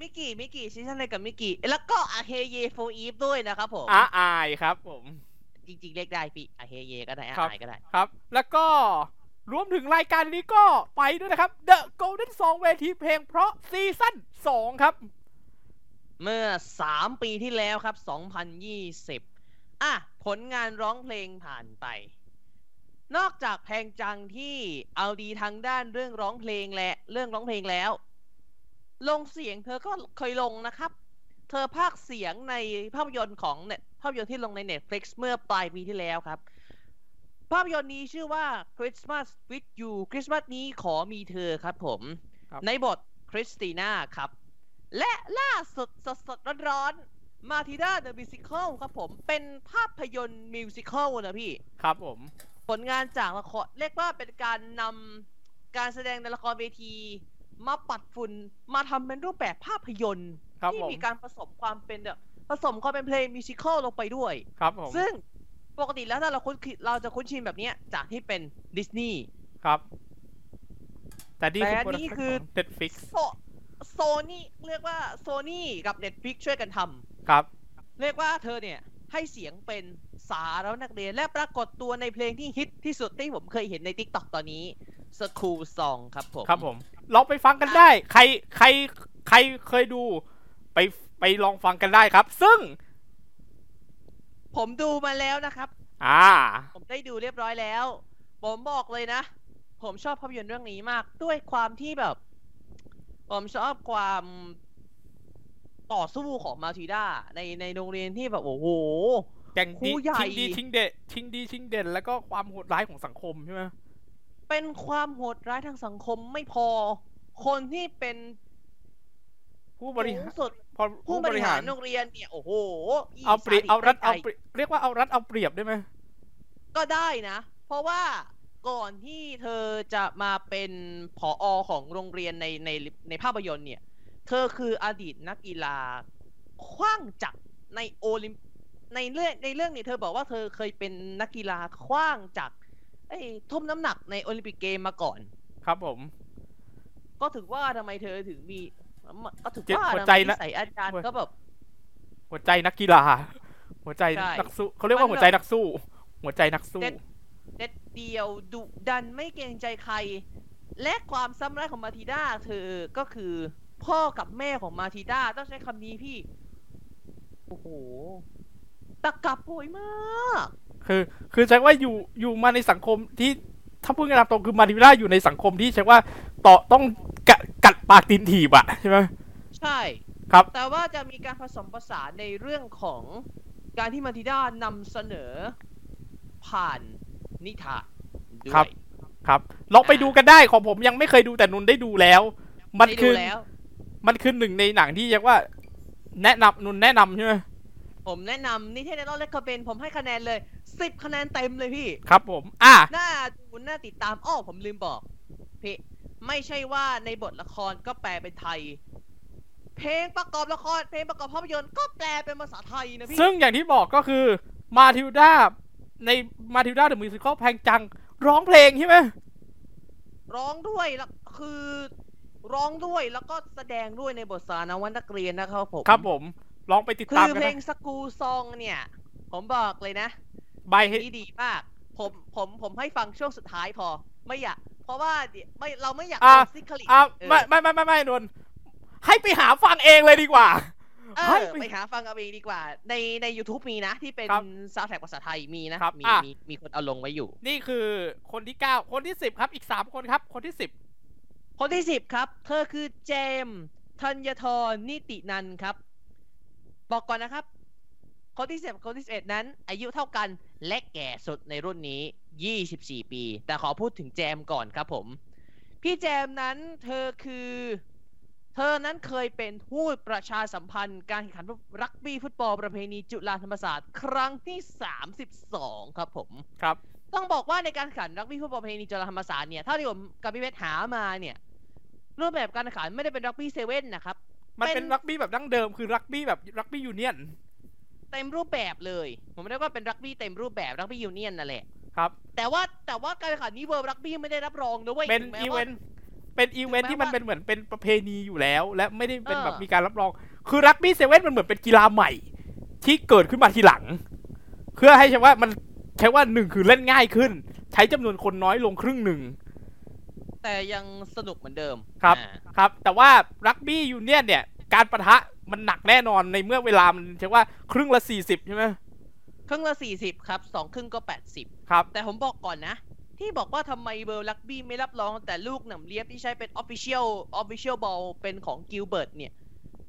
Speaker 3: มิกกี้มิกกี้ซีซั่นอะไรกับมิกกี้ แล้วก็อาเฮเยโฟอีฟด้วยนะครับผม
Speaker 1: อาอายครับผม
Speaker 3: จริงๆ เรียกได้พี่อาเฮเยก็ได้อา
Speaker 1: ครับ
Speaker 3: ไอก็ได้
Speaker 1: ครับ แล้วก็รวมถึงรายการนี้ก็ไปด้วยนะครับ The Golden Song เวทีเพลงเพราะซีซั่น2ครับ
Speaker 3: เมื่อ 3 ปีที่แล้วครับ 2020 อ่ะ ผลงานร้องเพลงผ่านไป นอกจากแพงจังที่เอาดีทางด้านเรื่องร้องเพลงและเรื่องร้องเพลงแล้ว ลงเสียงเธอก็เคยลงนะครับ เธอภาคเสียงในภาพยนตร์ของเน็ตภาพยนตร์ที่ลงใน Netflix เมื่อปลายปีที่แล้วครับ ภาพยนตร์นี้ชื่อว่า Christmas with you คริสต์มาสนี้ขอมีเธอครับผม
Speaker 1: ครับ
Speaker 3: ในบทคริสติน่าครับ และล่าสุดสดสดๆร้อนๆมาทิด้าเดอะมิวสิคลครับผม เป็นภาพยนตร์มิวสิคลนะพี่
Speaker 1: ครับผม
Speaker 3: ผลงานจากละครเรียกว่าเป็นการนำการแสดงในละครเวที มาปัดฝุ่นมาทำเป็นรูปแบบภาพยนตร์
Speaker 1: ครับ
Speaker 3: ที่
Speaker 1: ผม
Speaker 3: มีการผสมความเป็นแบบผสมความเป็นเพลงมิวสิคลลงไปด้วย
Speaker 1: ครับผม
Speaker 3: ซึ่งปกติแล้วถ้าเราคุ้นคิดเราจะคุ้นชินแบบเนี้ยจากที่เป็นดิสนีย์
Speaker 1: ครับ แต่นี่คือ
Speaker 3: แต่
Speaker 1: โปรดัก
Speaker 3: นี่
Speaker 1: ชั่นข
Speaker 3: คือ
Speaker 1: อง Netflix
Speaker 3: โซโซนี่เรียกว่าโซนี่กับ Netflix ช่วยกันทำ
Speaker 1: ครับ
Speaker 3: เรียกว่าเธอเนี่ย ให้เสียงเป็นสารวนักเรียน และปรากฏตัวในเพลงที่ฮิตที่สุดที่ผมเคยเห็นใน t ิ k t o k ตอนนี้ School Song ครับผม
Speaker 1: ครับผม ลองไปฟังกันได้ ใครใครใครเคยดู ไปไปลองฟังกันได้ครับ ซึ่ง
Speaker 3: ผมดูมาแล้วนะครับ
Speaker 1: อ่า
Speaker 3: ผมได้ดูเรียบร้อยแล้ว ผมบอกเลยนะ ผมชอบภาพยนตร์เรื่องนี้มาก ด้วยความที่แบบ ผมชอบความต่อสู้ของมาทิด้าในในโรงเรียนที่แบบ โอ้โห
Speaker 1: แก่งดี
Speaker 3: ครูใหญ่
Speaker 1: ชิงดีชิงเดดชิงดีชิงเด่น แล้วก็ความโหดร้ายของสังคมใช่ไหม
Speaker 3: เป็นความโหดร้ายทางสังคมไม่พอ คนที่เป็น
Speaker 1: ผู้บริหา
Speaker 3: สู
Speaker 1: รง
Speaker 3: สุด
Speaker 1: พอ
Speaker 3: ผู้บริหารโรงเรียนเนี่ยโอ้โหยี่
Speaker 1: เอาเปรียบ
Speaker 3: สดิ
Speaker 1: เอารัด
Speaker 3: ใจ
Speaker 1: เอาเปรียบเรียกว่าเอารัดเอาเปรียบได้ไหม
Speaker 3: ก็ได้นะ เพราะว่าก่อนที่เธอจะมาเป็นผออของโรงเรียนในในในภาพยนตร์เนี่ย เธอคืออดีตนักกีฬาคว้างจักรในโอลิมในเรื่องในเรื่องนี้เธอบอกว่าเธอเคยเป็นนักกีฬาคว้างจักรไอ้ทุ่มน้ำหนักในโอลิมปิกเกมมาก่อน
Speaker 1: ครับผม
Speaker 3: ก็ถึงว่าทำไมเธอถึงมีก็ถึง
Speaker 1: เจ็บ
Speaker 3: ว่า
Speaker 1: หัว
Speaker 3: ทำ
Speaker 1: ใจ
Speaker 3: ไม
Speaker 1: นะ
Speaker 3: นิสัยอาจารย์ก็แบบ
Speaker 1: หัวใจนักกีฬา หัวใจ
Speaker 3: ใช่
Speaker 1: นักสู้เขาเรียกว่าหัวใจนักสู้ หัวใจนักสู้
Speaker 3: เด็ด เด็ดเดียวดุดันไม่เกรงใจใคร และความซ้ำร้ายของมาทิด้าเธอก็คือ พ่อกับแม่ของมาทิด้าต้องใช้คำนี้พี่ โอ้โห ตะกับป่วยมาก
Speaker 1: คือ คือใช้ว่าอยู่อยู่มาในสังคมที่ถ้าพูดกันตามตรงคือมาริวิล่าอยู่ในสังคมที่ใช้ว่าต่อต้องกะกัดปากตีนถีบอะใช่ไหม
Speaker 3: ใช่
Speaker 1: ครับ
Speaker 3: แต่ว่าจะมีการผสมผสานในเรื่องของการที่มาทิด้านำเสนอ ผ่านนิทานด้วย
Speaker 1: ครับ ครับลองไปดูกันได้ของผมยังไม่เคยดูแต่นุนได้ดูแล้ว มัน
Speaker 3: ได้ดู
Speaker 1: คือ
Speaker 3: แล้ว
Speaker 1: มันคือหนึ่งในหนังที่เรียกว่า แนะนำนุนแนะนำใช่ไหม
Speaker 3: ผมแนะนำนิเทศในรอบเลคคอเบนผมให้คะแนนเลย 10 คะแนนเต็มเลยพี่
Speaker 1: ครับ ผม อ่ะ
Speaker 3: น่าดูน่าติดตามอ้อผมลืมบอก พี่ไม่ใช่ว่าในบทละครก็แปลเป็นไทย เพลงประกอบละคร เพลงประกอบภาพยนตร์ก็แปลเป็นภาษาไทยนะพี่
Speaker 1: ซึ่งอย่างที่บอกก็คือมาทิวดาในมาทิวดาเดอะมิวสิคอลแพงจัง ร้องเพลงใช่ไหม
Speaker 3: ร้องด้วยแล้วคือร้องด้วยแล้วก็แสดงด้วยในบทสารนวนักเรียนนะครับผม
Speaker 1: ครับผม ลองไปติด
Speaker 3: คื
Speaker 1: ตาม
Speaker 3: อ
Speaker 1: กัน
Speaker 3: เพล
Speaker 1: นะ
Speaker 3: งสกูซองเนี่ย ผมบอกเลยนะ
Speaker 1: ใบให้
Speaker 3: นี่ดีมาก ผมผมผมให้ฟังช่วงสุดท้ายพอ ไม่อยาก เพราะว่าเดี๋ยวไม่เราไม่อยาก
Speaker 1: อ่ะ
Speaker 3: ซิคลิ
Speaker 1: อ่ะไม่ไม่ไม่ไม่ไม่นนให้ไปหาฟังเองเลยดีกว่า
Speaker 3: เอ
Speaker 1: ให้
Speaker 3: อ
Speaker 1: ไป
Speaker 3: ไปหาฟังเอาเองดีกว่า ในใน YouTube มีนะ ที่เป็น
Speaker 1: ครับ
Speaker 3: ซาวด์แทร็กภาษาไทยมีนะครับ มี
Speaker 1: อ่ะ
Speaker 3: มีมีคนเอาลงไว้อยู่
Speaker 1: นี่คือคนที่เก้าคนที่สิบครับอีกสามคนครับ คนที่สิบ
Speaker 3: คนที่สิบครับ เธอคือเจมส์ธัญทรนิตินันท์ครับ บอกก่อนนะครับ คนที่สิบกับคนที่สิบเอ็ดนั้น อายุเท่ากันและแก่สุดในรุ่นนี้ 24 ปี แต่ขอพูดถึงแจมก่อนครับผม พี่แจมนั้นเธอคือ เธอนั้นเคยเป็นผู้ประชาสัมพันธ์การแข่งขันรักบี้ฟุตบอลประเพณีจุฬาธรรมศาสตร์ ครั้งที่ 32 ครับผม
Speaker 1: ครับ
Speaker 3: ต้องบอกว่าในการแข่งขันรักบี้ฟุตบอลประเพณีจุฬาธรรมศาสตร์เนี่ยเท่าที่ผมกับพี่เพชรหามาเนี่ยรูปแบบการแข่งขันไม่ได้เป็นรักบี้เซเว่นนะครับ
Speaker 1: มัน
Speaker 3: เป็
Speaker 1: เป็น
Speaker 3: น
Speaker 1: รักบี้แบบดั้งเดิมคือรักบี้แบบรักบี้ยูเนียน
Speaker 3: เต็มรูปแบบเลย ผมเรียกว่าเป็นรักบี้เต็มรูปแบบรักบี้ยูเนียนนั่นแหละ
Speaker 1: ครับ
Speaker 3: แต่ว่าแต่ว่าการแข่งขันนี้เวิร์รักบี้ไม่ได้รับรองนะเว้ย
Speaker 1: เป็น
Speaker 3: ถึงแม้
Speaker 1: อีเว
Speaker 3: ว่า
Speaker 1: นต์เป็นอีเวนต์
Speaker 3: ถึ
Speaker 1: ที่
Speaker 3: งแม้
Speaker 1: มันเป็นเหมือนเป็นประเพณีอยู่แล้ว และไม่ได้เป็น
Speaker 3: เออ
Speaker 1: แบบมีการรับรอง คือรักบี้เซเว่นมันเหมือนเป็นกีฬาใหม่ ที่เกิดขึ้นมาทีหลัง เพื่อให้ใช่ว่ามันใช้ว่าหนึ่งคือเล่นง่ายขึ้น ใช้จำนวนคนน้อยลงครึ่งหนึ่ง
Speaker 3: แต่ยังสนุกเหมือนเดิม
Speaker 1: ครับ
Speaker 3: อ่า
Speaker 1: ครับ แต่ว่ารักบี้ยูเนียนเนี่ย การประทะมันหนักแน่นอนในเมื่อเวลามันใช่ว่าครึ่งละสี่สิบใช่ไหม
Speaker 3: ครึ่งละสี่สิบครับสองครึ่งก็แปดสิบ
Speaker 1: ครับ
Speaker 3: แต่ผมบอกก่อนนะ ที่บอกว่าทำไมเบอร์ลักบี้ไม่รับรองแต่ลูกหนำเลียบที่ใช้เป็น Official Official Ball เป็นของกิลเบิร์ตเนี่ย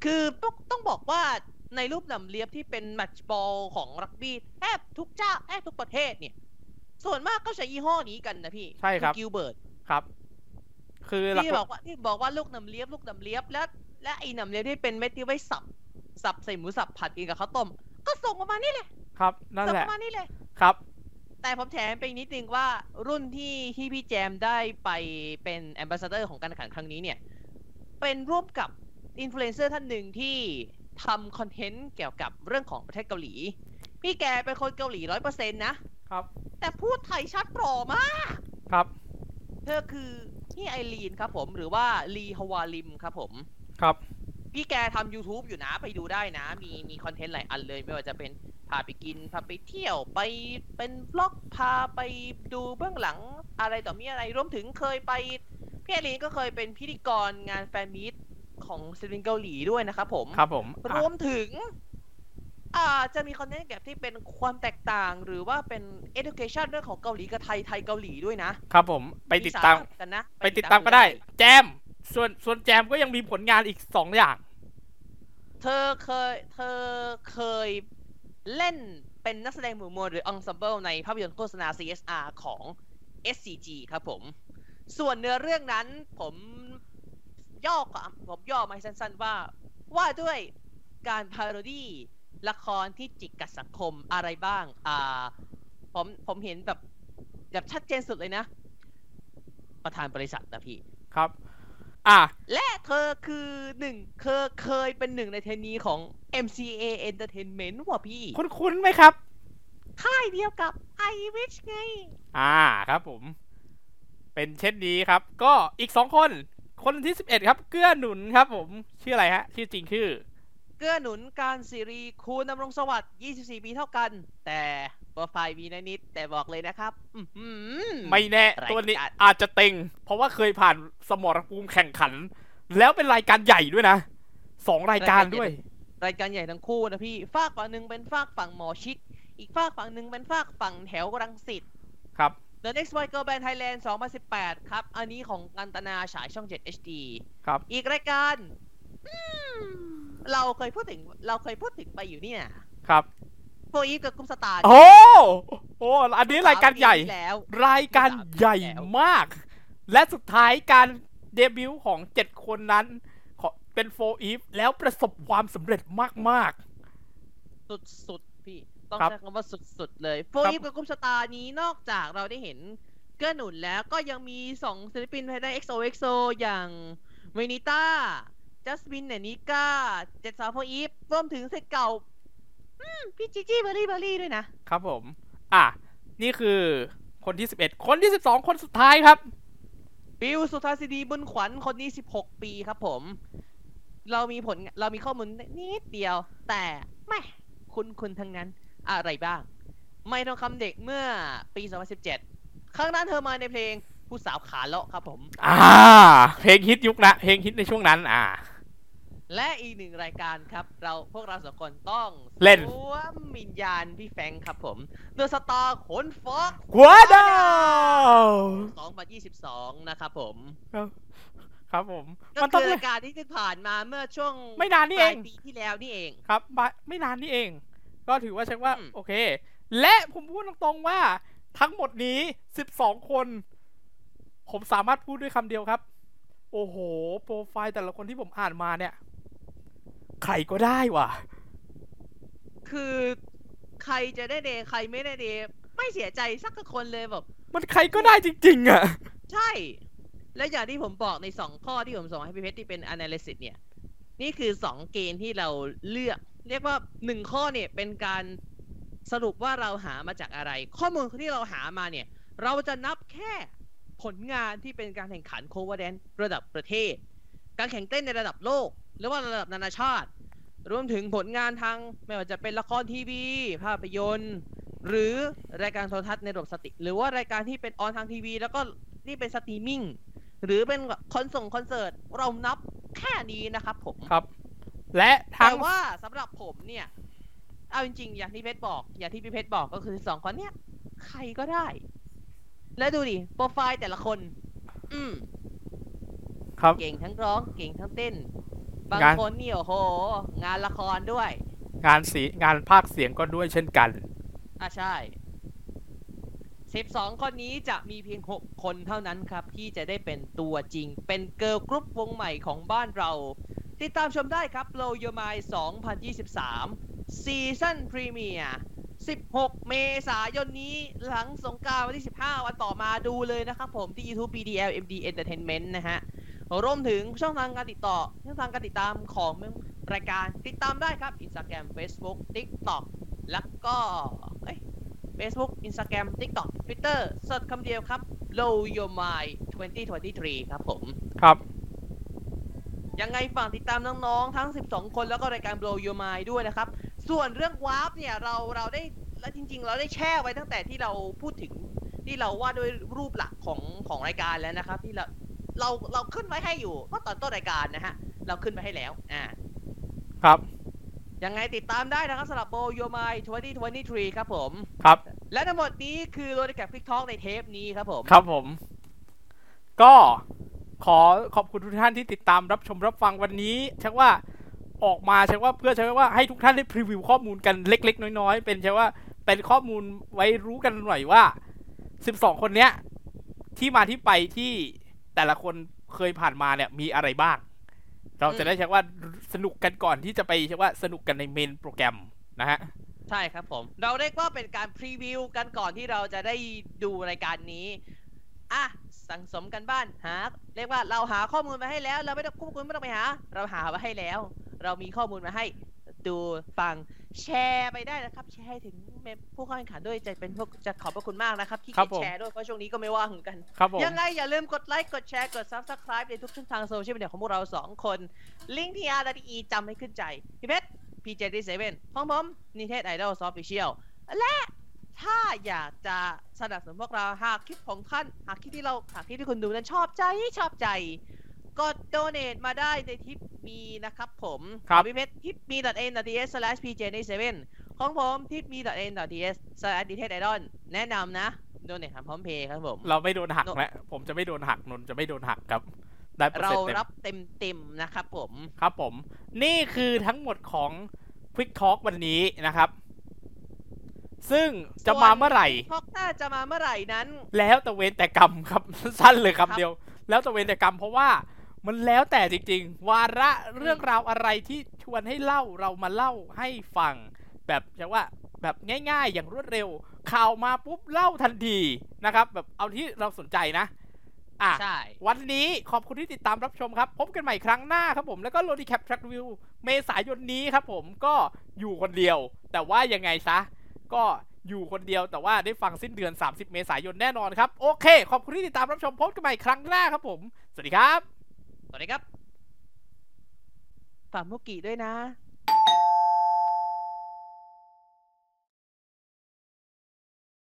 Speaker 3: คือต้องต้องบอกว่าในรูปหนำเลียบที่เป็นแมตช์บอลของรักบี้แทบทุกเจ้าแทบทุกประเทศเนี่ย ส่วนมากก็ใช้ยี่ห้อนี้กันนะพี่
Speaker 1: ใช่ครับ
Speaker 3: กิลเบิร์ต
Speaker 1: ครับ คือหลัก
Speaker 3: ที่บอกว่าที่บอกว่าลูกหนำเลียบลูกหนำเลียบและและไอ้หนำเลียบที่เป็นเม็ดที่ไว้สับสับใส่หมูสับผัดกินกับข้าวต้มก็ส่งประมาณนี้แหละ
Speaker 1: ครับ นั่น
Speaker 3: ส่ง
Speaker 1: แห
Speaker 3: ป
Speaker 1: ละ
Speaker 3: ระมาณนี้เลย
Speaker 1: ครับ
Speaker 3: แต่ผมแถมไปอีกนิดนึงว่ารุ่นที่ที่พี่แจมได้ไปเป็นแอมบาสเดอร์ของการแข่งขันครั้งนี้เนี่ย เป็นร่วมกับอินฟลูเอนเซอร์ท่านหนึ่งที่ทำคอนเทนต์เกี่ยวกับเรื่องของประเทศเกาหลี พี่แกเป็นคนเกาหลีร้อยเปอร์เซ็นต์นะครับ แต่พูดไทยชัดปรอมาก
Speaker 1: ครับ
Speaker 3: เธอคือพี่ไอรีนครับผมหรือว่าลีฮวาลิมครับผม
Speaker 1: ครับ
Speaker 3: พี่แกทำ YouTube อยู่นะไปดูได้นะ มีมีคอนเทนต์หลายอันเลย ไม่ว่าจะเป็นพาไปกิน พาไปเที่ยวไปเป็นบล็อกพาไปดูเบื้องหลังอะไรต่อมีอะไรรวมถึงเคยไป พี่ไอรีนก็เคยเป็นพิธีกรงานแฟนมีตของศิลปินเกาหลีด้วยนะครับผม
Speaker 1: ครับผม
Speaker 3: ร
Speaker 1: อ่ะ
Speaker 3: วมถึงอาจะมีคอนเทนต์แบบที่เป็นความแตกต่างหรือว่าเป็น education เรื่องของเกาหลีกับไทยไทยเกาหลีด้วยนะครับ
Speaker 1: ผมไปติดตาม
Speaker 3: สระกันนะ
Speaker 1: ไปติดตามก็ได้ แจม ส่วนส่วนแจมก็ยังมีผลงานอีกสองอย่าง
Speaker 3: เธอเคยเธอเคยเล่นเป็นนักแสดงหมู่มวลหรือ ensemble ในภาพยนตร์โฆษณา CSR ของ SCG ครับผม ส่วนเนื้อเรื่องนั้นผมย่อความผมย่อมาให้สั้นๆว่า ว่าด้วยการพาโรดี้ละครที่จิกกัดสังคมอะไรบ้าง อ่า ผมผมเห็นแบบแบบชัดเจนสุดเลยนะ ประธานบริษัทนะพี่
Speaker 1: ครับ อ่ะ
Speaker 3: และเธอคือหนึ่งเธอเคยเป็นหนึ่งในเทรนนีของ MCA Entertainment ว่ะพี่
Speaker 1: คุ้นคุ้นๆไหมครับ
Speaker 3: ค่ายเดียวกับ I Wish ไง
Speaker 1: อ่าครับผม เป็นเช่นนี้ครับ ก็อีกสองคน คนที่สิบเอ็ดครับ เกื้อหนุนครับผม ชื่ออะไรฮะ ชื่อจริงชื่อ
Speaker 3: เกื้อหนุนการสิรีคูณดำรงสวัสดิ์ 24 ปีเท่ากัน แต่โปรไฟล์มีนนิด แต่บอกเลยนะครับ อื้อหือ
Speaker 1: ไม่แน่
Speaker 3: รายการ
Speaker 1: ตัวนี้อาจจะเต็ง เพราะว่าเคยผ่านสมรภูมิแข่งขัน แล้วเป็นรายการใหญ่ด้วยนะสองรายการด้วย
Speaker 3: รายการใหญ่ทั้งคู่นะพี่ฝากฝั่งหนึ่งเป็นฝากฝั่งหมอชิด อีกฝากฝั่งหนึ่งเป็นฝากฝั่งแถวรังสิต
Speaker 1: ครับ
Speaker 3: The Next Boy Girl Band Thailand 2018 ครับ อันนี้ของกันตนาฉายช่อง 7 HD
Speaker 1: ครับ
Speaker 3: อีกรายการอืมเราเคยพูดถึงเราเคยพูดถึงไปอยู่เนี่ย
Speaker 1: ครับ
Speaker 3: โฟอีฟกับกุ๊ปสตาร์
Speaker 1: โอ้โอ้อันนี้รายการใหญ่
Speaker 3: สมปีที่แล้ว
Speaker 1: รายการใหญ่มาก และสุดท้ายการเดบิวต์ของเจ็ดคนนั้นขอเป็นโฟอีฟแล้วประสบความสำเร็จมาก
Speaker 3: สุดๆ พี่ ต้อง
Speaker 1: ครับ
Speaker 3: ใช้คำว่าสุดๆ เลยโฟ
Speaker 1: ครับ
Speaker 3: ยิปกับกรุ๊ปสตาร์นี้นอกจากเราได้เห็นเกื้อหนุนแล้วก็ยังมีสองศิลปินภายใน XOXO อย่างเวนิต้าจัสมินเนนิก้าเจ็ดสาวโฟอีฟรวมถึงเซตเก่าอืมพี่จิจี้เบอร์รี่เบอร์รี่ด้วยนะ
Speaker 1: ๆ ครับผม อ่ะ นี่คือคนที่ 11 คนที่ 12 คนสุดท้ายครับ
Speaker 3: บิวสุทธาสิดีบุญขวัญคนนี้ 16 ปีครับผม เรามีผลเรามีข้อมูลนิดเดียว แต่แหม่คุณคุณทั้งนั้นอะไรบ้าง ไม่ทองคำเด็กเมื่อปี 2017 ครั้งนั้นเธอมาในเพลงผู้สาวขาเลาะครับผม
Speaker 1: อ่า เพลงฮิตยุคนะเพลงฮิตในช่วงนั้น อ่า
Speaker 3: และอีกหนึ่งรายการครับ เราพวกเราสองคนต้อง
Speaker 1: เล่น
Speaker 3: สวมวิญญาณพี่แฟรงค์ครับผมเดอะสตาร์ขนฟอก
Speaker 1: หัวดาว
Speaker 3: 2022 นะครับผม
Speaker 1: ครับผม
Speaker 3: ก็
Speaker 1: มันต้อ
Speaker 3: คื
Speaker 1: ง
Speaker 3: อรายการที่เพิ่งผ่านมาเมื่อช่วง
Speaker 1: ไม่นานนี่เอง
Speaker 3: ปลายปีที่แล้วนี่เอง
Speaker 1: ครับไม่ไม่นานนี่เอง ก็ถือว่าเช็คว่า
Speaker 3: อืม
Speaker 1: โอเค และผมพูดตรงๆว่า ทั้งหมดนี้ 12 คน ผมสามารถพูดด้วยคำเดียวครับ โอ้โห โปรไฟล์แต่ละคนที่ผมอ่านมาเนี่ย ใครก็ได้ว่ะ
Speaker 3: คือใครจะได้เดย์ใครไม่ได้เดย์ไม่เสียใจสักคนเลยแบบ
Speaker 1: มันใครก็ได้จริงๆ อ่ะ
Speaker 3: ใช่ และอย่างที่ผมบอกในสองข้อที่ผมส่งให้พี่เพชรที่เป็น analysis เนี่ย นี่คือสองเกณฑ์ที่เราเลือก เรียกว่าหนึ่งข้อเนี่ยเป็นการสรุปว่าเราหามาจากอะไร ข้อมูลที่เราหามาเนี่ย เราจะนับแค่ผลงานที่เป็นการแข่งขันโคเวอร์แดนระดับประเทศ การแข่งเต้นในระดับโลก หรือว่าระดับนานาชาติ รวมถึงผลงานทางไม่ว่าจะเป็นละครทีวี ภาพยนตร์ หรือรายการโทรทัศน์ในระบบสติ หรือว่ารายการที่เป็นออนทางทีวี แล้วก็นี่เป็นสตรีมมิ่ง หรือเป็นแบบคอนส่งคอนเสิร์ต เรานับแค่นี้นะครับผม
Speaker 1: ครับ และทั้
Speaker 3: แต่
Speaker 1: ง
Speaker 3: ว่าสำหรับผมเนี่ย เอาจริงๆ อย่างที่เพชรบอก อย่างที่พี่เพชรบอกก็คือสองคนเนี่ย ใครก็ได้ แล้วดูดิ โปรไฟล์แต่ละคน อืม
Speaker 1: ครับ
Speaker 3: เก่งทั้งร้อง เก่งทั้งเต้น บาง
Speaker 1: งาน
Speaker 3: คนนี่โอ้โห งานละครด้วย
Speaker 1: งานสีงานภาคเสียงก็ด้วยเช่นกัน
Speaker 3: อ่ะใช่ 12 คนนี้จะมีเพียง 6 คนเท่านั้นครับ ที่จะได้เป็นตัวจริง เป็นเกิร์ลกรุ๊ปวงใหม่ของบ้านเรา ติดตามชมได้ครับ Blow Your Mind 2023 ซีซั่นพรีเมียร์ 16 เมษายนนี้หลังสงกรารวันที่ 15 วันต่อมาดูเลยนะครับผมที่ YouTube BDL MD Entertainment นะฮะ รวมถึงช่องทางการติดต่อช่องทางการติดตามของรายการติดตามได้ครับ Instagram Facebook TikTok แล้วก็เอ้ย Facebook Instagram TikTok Twitter สดคำเดียวครับ Low Your Mind 2023 ครับผม
Speaker 1: ครับ
Speaker 3: ยังไงฝากติดตามน้องๆ ทั้ง 12 คนแล้วก็รายการ Blow Your Mind ด้วยนะครับ ส่วนเรื่องวาร์ปเนี่ย เราเราได้แล้วจริง ๆ เราได้แช่ไว้ตั้งแต่ที่เราพูดถึงที่เราว่าด้วยรูปหลักของของรายการแล้วนะครับ ที่เราเราเราขึ้นไว้ให้อยู่ก็ตอนต้นรายการนะฮะ เราขึ้นไว้ให้แล้วอ่า
Speaker 1: ครับ
Speaker 3: ยังไงติดตามได้นะครับสำหรับ Blow Your Mind 2023 ครับผม
Speaker 1: ครับ
Speaker 3: และทั้งหมดนี้คือโรดแกพิกทอกในเทปนี้ครับผม
Speaker 1: ครับผม ก็ขอขอบคุณทุกท่านที่ติดตามรับชมรับฟังวันนี้เชักว่าออกมาเชักว่าเพื่อเชักว่าให้ทุกท่านได้พรีวิวข้อมูลกันเล็ก ๆ น้อยๆ เป็นเชักว่าเป็นข้อมูลไว้รู้กันหน่อยว่า 12 คนเนี้ย ที่มาที่ไปที่แต่ละคนเคยผ่านมาเนี่ยมีอะไรบ้าง เราจะได้เชักว่า สนุกกันก่อนที่จะไปใช่ว่าสนุกกันในเมนโปรแกรมนะฮะ
Speaker 3: ใช่ครับผม เราเรียกว่าเป็นการพรีวิวกันก่อนที่เราจะได้ดูรายการนี้ อ่ะ สังสมกันบ้านหา เรียกว่าเราหาข้อมูลมาให้แล้ว เราไม่ต้องควบคุมไม่ต้องไปหา เราหามาให้แล้ว เรามีข้อมูลมาให้ ดูฟังแชร์ไปได้นะครับ แชร์ให้ถึงเมมผู้เข้าแข่งขันด้วยจะเป็นพวกจะขอบพระคุณมากนะครับที่
Speaker 1: ครับผ
Speaker 3: เกียจ
Speaker 1: ม
Speaker 3: แชร์ด้วยเพราะช่วงนี้ก็ไม่ว่างกัน
Speaker 1: ครับผม
Speaker 3: ยังไงอย่าลืมกดไลค์ กดแชร์ กด subscribe ในทุกช่องทางโซเชียลมีเดียของพวกเราสองคน ลิงก์ที่อาร์ดีอีจำให้ขึ้นใจ พี่เพชรพีเจดีเซเว่นของผมนิเทศไอดอลซอฟต์ฟิเชียลและถ้าอยากจะสนับสนุนพวกเราหากคลิปของท่าน หากคลิปที่เราหากคลิปที่คุณดูนั้นชอบใจชอบใจ กดโดเน a t มาได้ในทิปมีนะครับผม
Speaker 1: ครับ
Speaker 3: ของพี่เพชรทิปมี n d s p j d 7ของผมทิปมี n d s d t a t i d o l แนะนำนะโดเน a t ทางพร้อมเพย์ครับผม
Speaker 1: เราไม่โดนหักแล้วผมจะไม่โดนหักนนท์จะไม่โดนหักครับ ได้เปอร์
Speaker 3: เรา
Speaker 1: เซ็นต์เต็ม
Speaker 3: รับเต็มเต็มๆนะครับผม
Speaker 1: ครับผม นี่คือทั้งหมดของ Quick Talk วันนี้นะครับ ซึ่งจะมาเมื่อไหร่
Speaker 3: พอกหน้าจะมาเมื่อไหร่นั้น
Speaker 1: แล้วแต่เวรแต่กรรมครับ สั้นเลย
Speaker 3: ครั
Speaker 1: คำ
Speaker 3: บ
Speaker 1: เดียว แล้วแต่เวรแต่กรรมเพราะว่ามันแล้วแต่จริงๆ วาระเรื่องราวอะไรที่ชวนให้เล่าเรามาเล่าให้ฟัง แบบจะว่าแบบง่ายๆ อย่างรวดเร็ว ข่าวมาปุ๊บเล่าทันทีนะครับ แบบเอาที่เราสนใจนะ อ่ะ
Speaker 3: ใช่
Speaker 1: วันนี้ขอบคุณที่ติดตามรับชมครับ พบกันใหม่ครั้งหน้าครับผมแล้วก็โ d ดีแคป a c k วิวเมษายนนี้ครับผมก็อยู่คนเดียว แต่ว่ายังไงซะ ก็อยู่คนเดียวแต่ว่าได้ฟังสิ้นเดือน 30 เมษายนแน่นอนครับ โอเค ขอบคุณที่ติดตามรับชมพบกันใหม่ครั้งหน้าครับผม สวัสดีครับ
Speaker 3: สวัสดีครับฝากมุกกี้ด้วยนะ